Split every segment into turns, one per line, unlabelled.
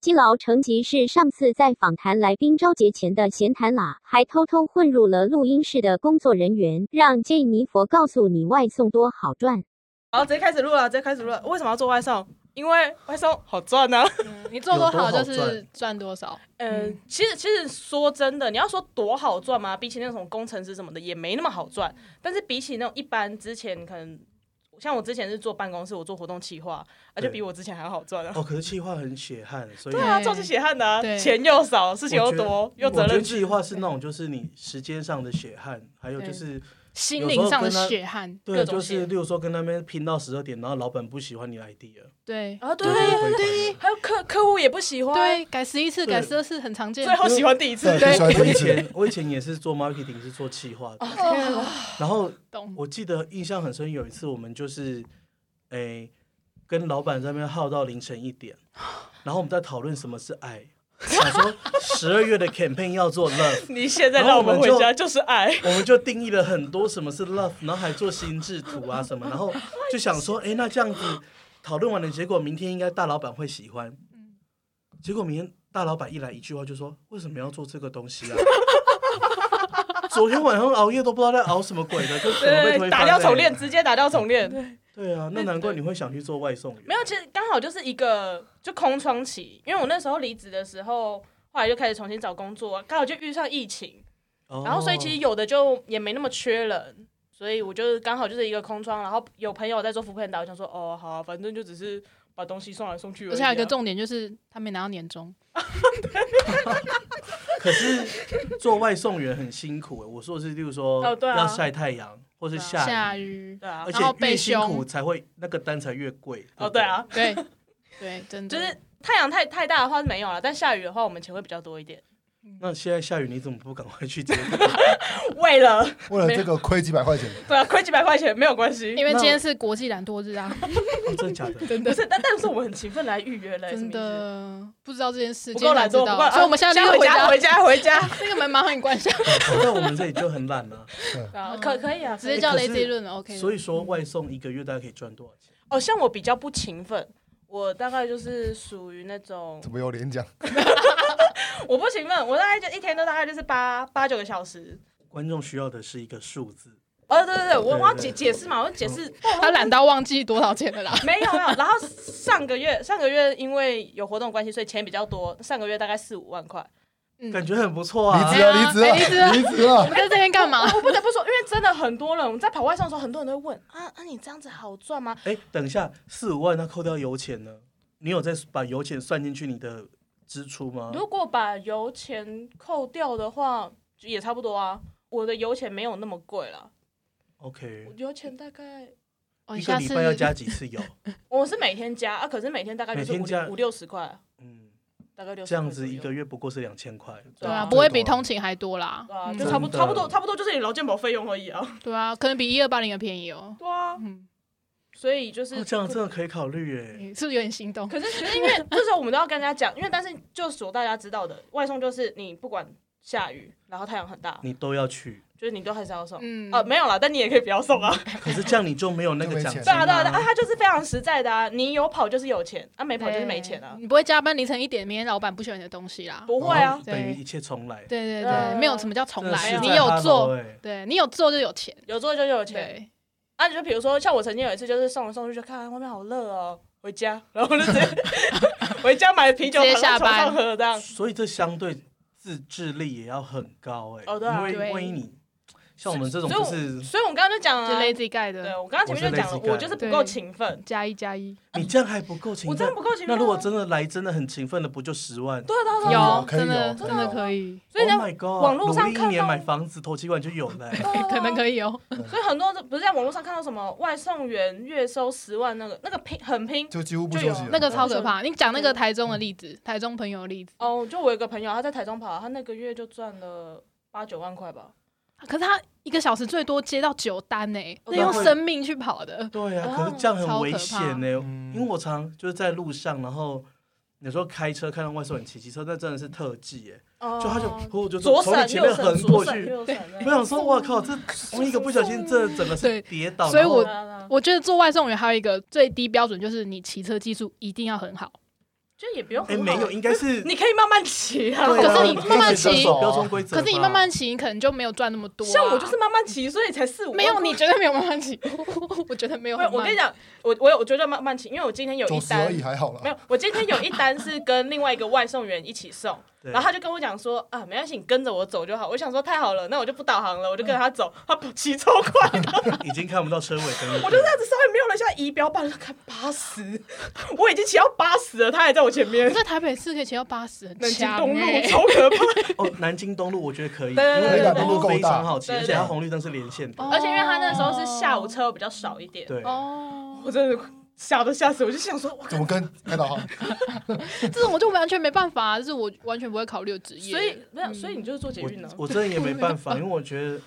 基劳成吉是上次在访谈来宾周杰前的闲谈啦，还偷偷混入了录音室的工作人员，让杰尼佛告诉你外送多好赚。
好，直接开始录了，直接开始录了。为什么要做外送？因为外送好赚啊。
你做多好就
有多好
是赚多少。
呃，
嗯
其实其实说真的，你要说多好赚吗？比起那种工程师什么的，也没那么好赚。但是比起那种一般之前可能，像我之前是做办公室，我做活动企划，而且
对
比我之前还好赚啊。
哦，可是计划很血汗，所以
对啊，做是血汗的、啊，
对
钱又少，事情又多，又
我觉
责
得
任
计划是那种就是你时间上的血汗，还有就是
心灵上的血汗。
各
对，啊
种
就是
血
例如说跟那边拼到十二点，然后老板不喜欢你 idea，
对
啊，对
就，是会关
还有客客户也不喜欢，，
对，改十一次、
对
改十二次很常见。
最后喜欢第一次，
对，
我以
一次。
前我以前也是做 marketing，是做企划
哦
的，然后
懂，
我记得印象很深，有一次我们就是，诶、跟老板在那边耗到凌晨 一点，然后我们在讨论什么是爱，想说十二月的 campaign 要做 love，
你现在让我们回家就是爱，
我们就定义了很多什么是 love，然后还做心智图啊什么，然后就想说，诶、那这样子讨论完的结果，明天应该大老板会喜欢。结果明天大老板一来一句话就说，为什么要做这个东西啊？ 昨天晚上熬夜都不知道在熬什么鬼 的，就可能被推
对，打
翻
掉
欸
重练，直接打掉重练。
对啊，那难怪你会想去做外送员。
没有，其实刚好就是一个就空窗期，因为我那时候离职的时候，后来就开始重新找工作，刚好就遇上疫情，
哦，
然后所以其实有的就也没那么缺人，所以我就是刚好就是一个空窗，然后有朋友在做扶贫岛，我想说哦好啊、反正就只是把东西送来送去而已啊、
而且还有一个重点就是他没拿到年终，
可是做外送员很辛苦诶。我说的是，例如说
哦对啊
要晒太阳或
啊
是下雨，
下雨，
对啊
而，
然后
且越
被
辛苦
凶
才会那个单才越贵。
哦
不
对，啊，
对 对，真的
就是太阳太太大的话是没有啊了，但下雨的话我们钱会比较多一 点。
那现在下雨你怎么不赶快去接？ 哦
为了
为了这个亏几百块钱，
对啊，亏几百块钱没有关系，
因为今天是国际懒惰日 啊，
哦真的假的？
真
不
的
是，但但是我很勤奋来预约嘞，什么意思。
真的不知道这件事，
不
今
够
天才
懒
知
惰，不够
道，
懒，
所以我们现在立刻
回家，回
回家，
家，回家。
那个门麻烦你关上，
在我们这里就很懒了。
啊，可可以啊，
直
可以
接叫
哎可是
Lazy 润 OK 嗯了。
所以说外送一个月大概可以赚多少钱？
哦，像我比较不勤奋，我大概就是属于那种
怎么有脸讲？
我不勤奋，我大概就一天都大概就是八八九个小时。
观众需要的是一个数字。
哦，对对对，嗯我
对
我要
对
解解释嘛，我解释
他懒到忘记多少钱了啦。
没有没有。然后上个月 上个月因为有活动关系，所以钱比较多，上个月大概四五万块。
嗯
感觉很不错
离
啊
职！了，离职了，
哎离职了
离职
我
了。
们在这边干嘛？
我不得不说，因为真的很多人，我们在跑外送的时候，很多人都会问啊啊，你这样子好赚吗？
哎，等一下，四五万那扣掉油钱呢？你有再把油钱算进去你的支出吗？
如果把油钱扣掉的话，就也差不多啊。我的油钱没有那么贵啦，
OK，
我油钱大概
哦
一个
下
礼
次
拜要加几 次油？
我是每天加啊，可是每天大概就是
每天加
五五六十块，
嗯，
大概六十
这
块
样子一
左
个
右
月不过是两千块。
对
对啊
啊，不会比通勤还多啦。
对啊，
嗯
就差不
哦真的
差不多差不多就是你劳健保费用而已啊。
对啊，可能比一二八零也便宜哦。
对啊，
嗯，
所以就是、
哦，这样真的可以考虑耶。
你嗯是不是有点心动？
可是可是因为这时候我们都要跟人家讲，因为但是就所大家知道的，外送就是你不管下雨，然后太阳很大，
你都要去，
就是你都还是要送。
嗯
啊，没有啦，但你也可以不要送啊。
可是这样你就没有那个奖金
就没钱
对啊，对啊，对啊，他就是非常实在的啊。你有跑就是有钱，啊没跑就是没钱啊。
你不会加班凌晨一点，明天老板不喜欢你的东西啦。
不会啊，
然后哦等于一切重来。
对对
对
对，没有什么叫重
真
来
的
啊，
是
你有做，
哎，
对你有做就有钱。
有做就有钱。
对，
啊，就比如说像我曾经有一次，就是送来送去，就看外面好热哦，回家， 然后我就 直接回家买啤酒，
直接
躺在
下
床
班
上喝这样。
所以这相对自制力也要很高哎。
哦对啊
因为
对
万一你像我们这种
所以
就
我
是
所以我们刚刚就讲
就
啊，
lazy 盖
对
的，
我刚刚前面就讲了
我，是 lazy guy
我就是不够勤奋，
加一加一，
你这样还不够勤
我真的不
奋。
够勤奋啊。
那如果真的来真的很勤奋的，不就十万？
对啊对啊对啊，
有
可以
真的
有
真的可以，
所以
Oh
呢，
my god！
网络上
努力一
看
年
到
买房子、投期款就有了 欸。
对啊
可能可以哦。
所以很多不是在网络上看到什么外送员月收十万那个那个拼很拼
就几乎不休息
就
了
有。
那个超可怕。你讲那个台中的例子，台中朋友的例子，
哦，就我有一个朋友他在台中跑，他那个月就赚了八九万块吧。
可是他一个小时最多接到九单呢，
哦
那用生命去跑的。
对啊，
哦
可是这样很
超
危
可
险呢、
嗯
因为我常就是在路上，然后有时候开车看到外送员骑机车，那真的是特技耶、
哦
就他就我就
左
从你
闪
前
右
面
闪
横
左
过
闪
去，
右 闪那
我
样，
想说，哇靠，这我一个不小心，这整个是
对
跌倒。
所以
然后
我
对啊对啊
我觉得做外送员还有一个最低标准就是你骑车技术一定要很好，
就也不用
哎，
很好
没有，应该是
你可以慢慢骑啊。
对啊
可是你慢慢骑
你可以选手啊
标准规则吧。
可是你慢慢骑，你可能就没有赚那么多啊、
像我就是慢慢骑，所以才四五万
没有，
块
你绝对没有慢慢骑， 我觉得没有
没
很
有，
慢。
我跟你讲，我我有我觉得慢慢骑，因为我今天有一
九十而
单
已，还好
没
啦。
有，我今天有一单是跟另外一个外送员一起送，
对
然后他就跟我讲说啊，没关系，你跟着我走就好。我想说太好了，那我就不导航了，我就跟着他走，他骑超快的，
已经看不到车尾灯了。
我就这样子稍微瞄了一下仪表板，看八十，我已经骑到八十了，他还在我前面
我，在台北市可以骑到八十，很
南京
强
东路
欸
超可怕。
哦，南京东路我觉得可以，因
对对对
为南京
对
东路
对
非常好骑，
对对
而且它红绿灯是连线的。
哦
而且因为他那时候是下午车比较少一点，
对，
哦，
我真的吓都吓死，我就想说，哇
怎么跟开导航？
这种我就完全没办法，就是我完全不会考虑的职业，
所以没有，所以你就是做捷
我
运哦呢？
嗯我真的也没办法，因为我觉 得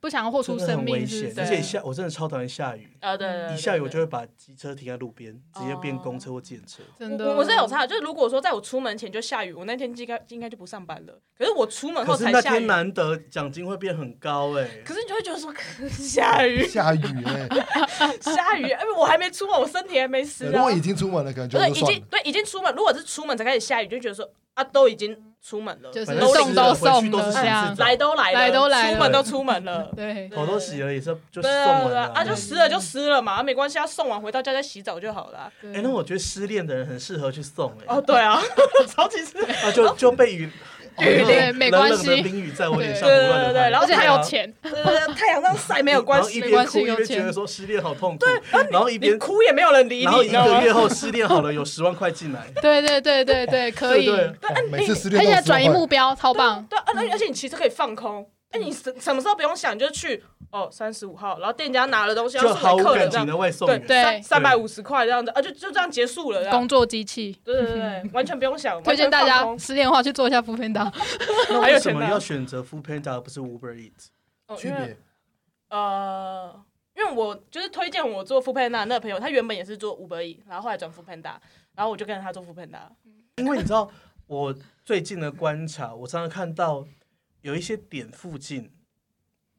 不想要豁
真
出
的
生
很危
命，是
险
不，是
而且下我真的超讨厌下雨，
啊，对对对，对
一下雨我
对哦
就会把机车停在路边，直接变公车或电车。
真
我
的，
我是有差，就是如果说在我出门前就下雨，我那天应该应该就不上班了。可是我出门后
可是
才
那
下
天
雨，
难得奖金会变很高哎
可，是你就会觉得说下 雨
下雨哎，
下雨，因为我还没出门，我身体还没湿
如
啊
果。已经出门了，可能就
对，
就
已
算
经
了。
对已经出门，如果是出门才开始下雨，就觉得说啊都已经出门了，
就是
反
反
正
正
送都
湿了回
送
去都是
了，
洗一次
这样
澡
来都来了，
来都来了
出门都出门 了。
对，
头都洗了也是就送
对啊，
完
对
了
啊，啊就湿了就湿了嘛，啊没关系，啊送完回到家再洗澡就好了啊。
对
哎，那我觉得失恋的人很适合去送哎
哦，，对哦啊， 超级湿。
啊就就被 雨
淋
冷
没
冷
关
冷的
系
冰雨在我脸上胡
对对
乱地
对对
拍
然
而
后
且还
对啊
有钱，
呃，太阳这样晒没有关系，
然
没
后
关
一边
系
哭一
有
边觉得
钱
说失恋好痛苦，然后一
你
边
哭也没有人理你，
然后
你
一
知道
个
吗？
月后失恋好了有十万块进 来，
对对对对对，可以，
对不对？啊
哇每次失
而
恋都
且
有
哎转移
十万
目标超棒，
对，而啊而而且你骑车可以放空，哎，你什什么时候不用想，你就去哦三十五号，然后店家拿了东西，
就
要
毫
送
无
给客
感
人这
情
样，
的外送
对
员，
对
三百五十块这样子，啊就就这样结束了，这样
工作机器，
对对对，对完全不用想，
推荐大
啊完全
家
放空
失恋的话去做一下副片档，
那
还
为
有
什
钱
么
拿
要选择 Food Panda 而不是 Uber Eat？
哦
区
因为
别
呃，因为我就是推荐我做 f o o p a n d a 那个朋友，他原本也是做五百亿，然后后来转 f o o p a n d a 然后我就跟着他做 f o o p a n d a
因为你知道我最近的观察，我常常看到有一些点附近，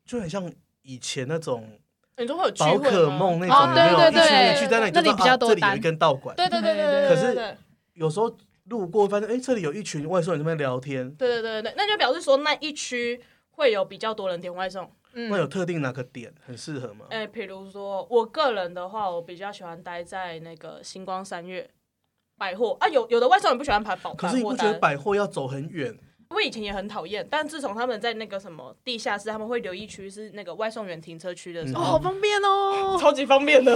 就很像以前那种
你说会有聚
宝
会吗
可梦那
哦
种，有没
对
有一
对
群人
对
聚在那里
那
就
里
说
比较
啊
多
这里有一
单
根道馆，
对对对对对，
可
对
是
对对
有时候路过发现哎这里有一群外送人在那边聊天，
对对对对，那就表示说那一区会有比较多人点外送。
那有
嗯，
特定哪个点很适合吗？
哎、比如说我个人的话，我比较喜欢待在那个星光三月百货啊，有有的外送人不喜欢排保
可
百
是你
货
不觉得
单，
百货要走很远？
我以前也很讨厌，但自从他们在那个什么地下室，他们会留一区是那个外送员停车区的时
哦，
候。
好方便哦，
超级方便的，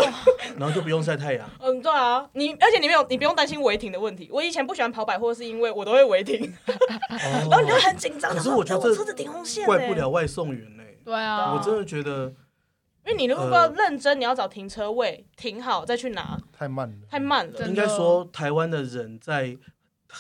然后就不用晒太阳。
嗯，对啊，你而且你没有，你不用担心违停的问题。我以前不喜欢跑百货，是因为我都会违停，
然
然后你就很紧张。
可是
然后
我觉得
哎
这
车子停红线、欸，
怪不了外送员呢、
对啊
我，真的觉得
因为你如果
呃
认真，你要找停车位停好再去拿，
太慢了。
太慢了啊
真。的
应该说台湾的人在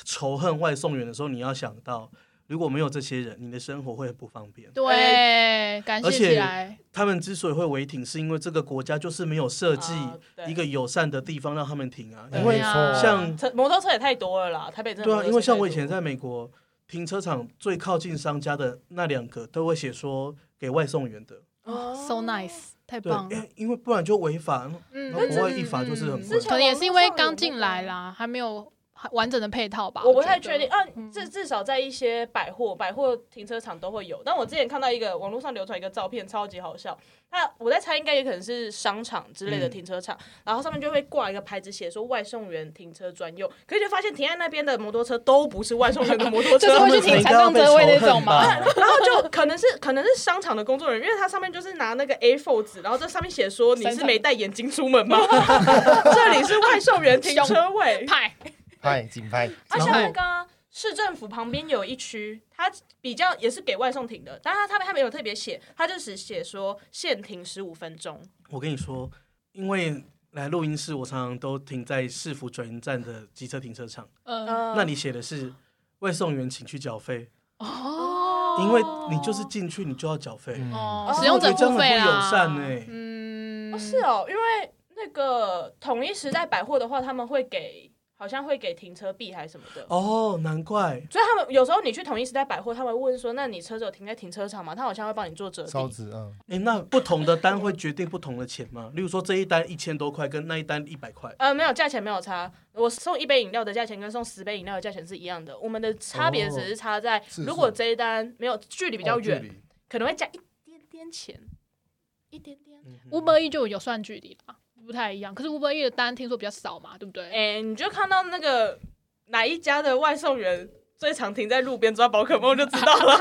仇恨外送员的时候，你要想到如果没有这些人，你的生活会很不方便。
对，感谢
而且
起来，
他们之所以会违停，是因为这个国家就是没有设计
啊对
一个友善的地方让他们停啊。
对
因
会
为
对啊
说
像
车摩托车也太多了啦，台北真的
对
摩托车太多。
啊，因为像我以前在美国停车场最靠近商家的那两个，都会写说给外送员的。
哦 so nice，太
对，
棒了
因。为因为不然就违法。
嗯
然后国外一罚就是
嗯
很贵
可能也是因为刚进来啦，还没有完整的配套吧。
我不
觉
太
得
确定，啊，
嗯
至至少在一些百货、百货停车场都会有。但我之前看到一个网络上流传一个照片，超级好笑。那我在猜，应该也可能是商场之类的
嗯
停车场，然后上面就会挂一个牌子，写说外送员停车专用。可是就发现停在那边的摩托车都不是外送员的摩托车，
就是会去停残障车位那种嘛
他们
然后就可能是可能是商场的工作人员，因为他上面就是拿那个 A4 纸，然后这上面写说你
商
是
场
没戴眼镜出门吗？ 这里是外送员停车位。
派
拍紧拍，
而
然
且
后
那个啊市政府旁边有一区，它比较也是给外送停的，但它他们他没有特别写，它就只写说限停十五分钟。
我跟你说，因为来录音室，我常常都停在市府转运站的机车停车场。
嗯
呃
那你写的是外送员请去缴费，
哦
因为你就是进去你就要缴费。
嗯，
哦，使用者
我觉得
付费
这
啦，
样很不友善欸
嗯
哦，是哦，因为那个统一时代百货的话，他们会给。好像会给停车币还是什么的。
哦，难怪
所以他们有时候你去统一时代百货，他们会问说：“那你车子有停在停车场吗？”他好像会帮你做折
烧
抵。
纸，嗯，
哎，那不同的单会决定不同的钱吗？例如说这一单一千多块，跟那一单一百块，
呃，没有价钱没有差，我送一杯饮料的价钱跟送十杯饮料的价钱是一样的，我们的差别只是差在、
是
如果这一单没有距离比较
哦距
远，
离
可能会加一点点钱，一点点。
嗯
Uber E 就有算距离啦，不太一样。可是 Uber E 的单听说比较少嘛，对不对？
哎、你就看到那个哪一家的外送员最常停在路边抓宝可梦就知道了。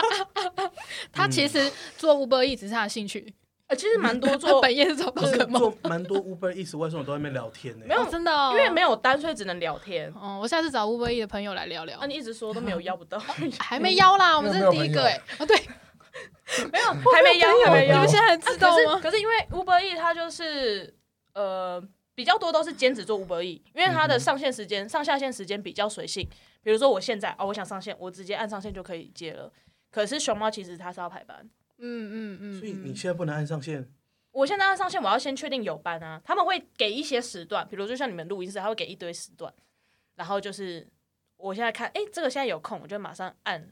他其实
嗯
做 Uber E 只是他的兴趣，
呃，其实蛮多
他
做，
本业是做宝
可是
可梦，
做蛮多 Uber Eats 外送的都在那边聊天呢、
没有
哦真的哦，
因为没有单，所以只能聊天。
哦，我下次找 Uber E 的朋友来聊聊
啊，。你一直说都没有邀不到，
还没邀啦，我们这是第一个哎、啊对，
没有， 还没邀，还没
你
邀。
们现在
啊
知道
可是
吗？
可是因为 Uber E 它就是呃比较多都是兼职做 Uber E，因为它的上线时间、上下线时间比较随性。比如说我现在哦，我想上线，我直接按上线就可以接了。可是熊猫其实它是要排班，
嗯嗯嗯，
所以
嗯
你现在不能按上线，
我现在要上线，我要先确定有班啊。他们会给一些时段，比如就像你们录音室，他会给一堆时段，然后就是我现在看，哎、这个现在有空，我就马上按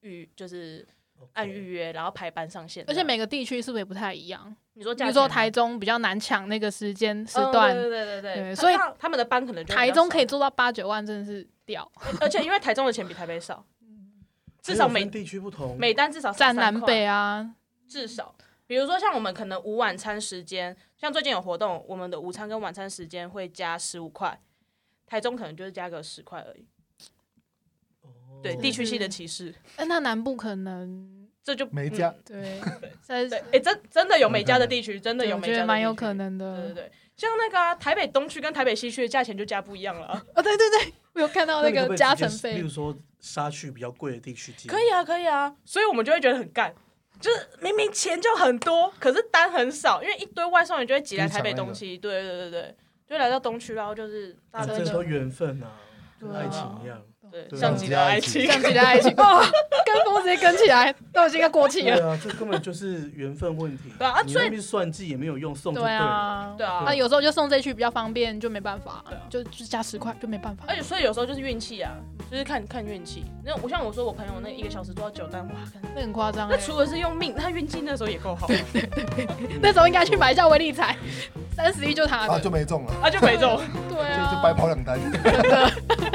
预，就是按预约，然后排班上线。
而且每个地区是不是也不太一样？
你说
比
价
如
钱
说
吗
台中比较难抢那个时间时
嗯
段，
对对对对
对
对，
所以
他他们的班可能就比较
台中
少哦
可以做到八九万，真的是屌，
而且因为台中的钱比台北 少，至
还
少
有
每
分地区不同，
每单至少
占
三
南北
啊，
啊，
至少。比如说像我们可能午晚餐时间，像最近有活动，我们的午餐跟晚餐时间会加十五块，台中可能就是加个十块而已。对，地区性的歧视，
哎，那南部可能
这就
没加
嗯，
对，在
对，哎，真真的有美加的地区，真的有
我
美
觉
加，
得蛮有可。能
对对
的。
对，像那个啊台北东区跟台北西区的价钱就加不一样了啊。
哦，对对对，我有看到那
你可不可
个
以
加
直接
成
例
费
如，说沙区比较贵的地区接，
可以啊，可以啊，所以我们就会觉得很干，就是明明钱就很多，可是单很少，因为一堆外送员就会挤来台北东区，对对对对，就来到东区，然后就是大
啊，
家
这
就
都缘分啊，跟爱情一样。
对
对啊
像极了爱情，
像极了 爱情，哇，跟风直接跟起来，都已经要过气
对
了。
啊，这根本就是缘分问题。
对啊
你
所以
那边算计也没有用，送就
对
对了。
啊，
对啊
那，有时候就送这一区比较方便，就没办法
对啊，哎
就就加十块就没办法
而。且所以有时候就是运气啊，就是看看运气。那我像我说我朋友那一个小时都要九单，哇，
那很夸张欸
那，除了是用命，他运气那时候也够 好，
那时候应该去买一下威力彩，三十一就他
啊
的
就，没中了，
他就没中。
对
就
啊，
就白跑两单。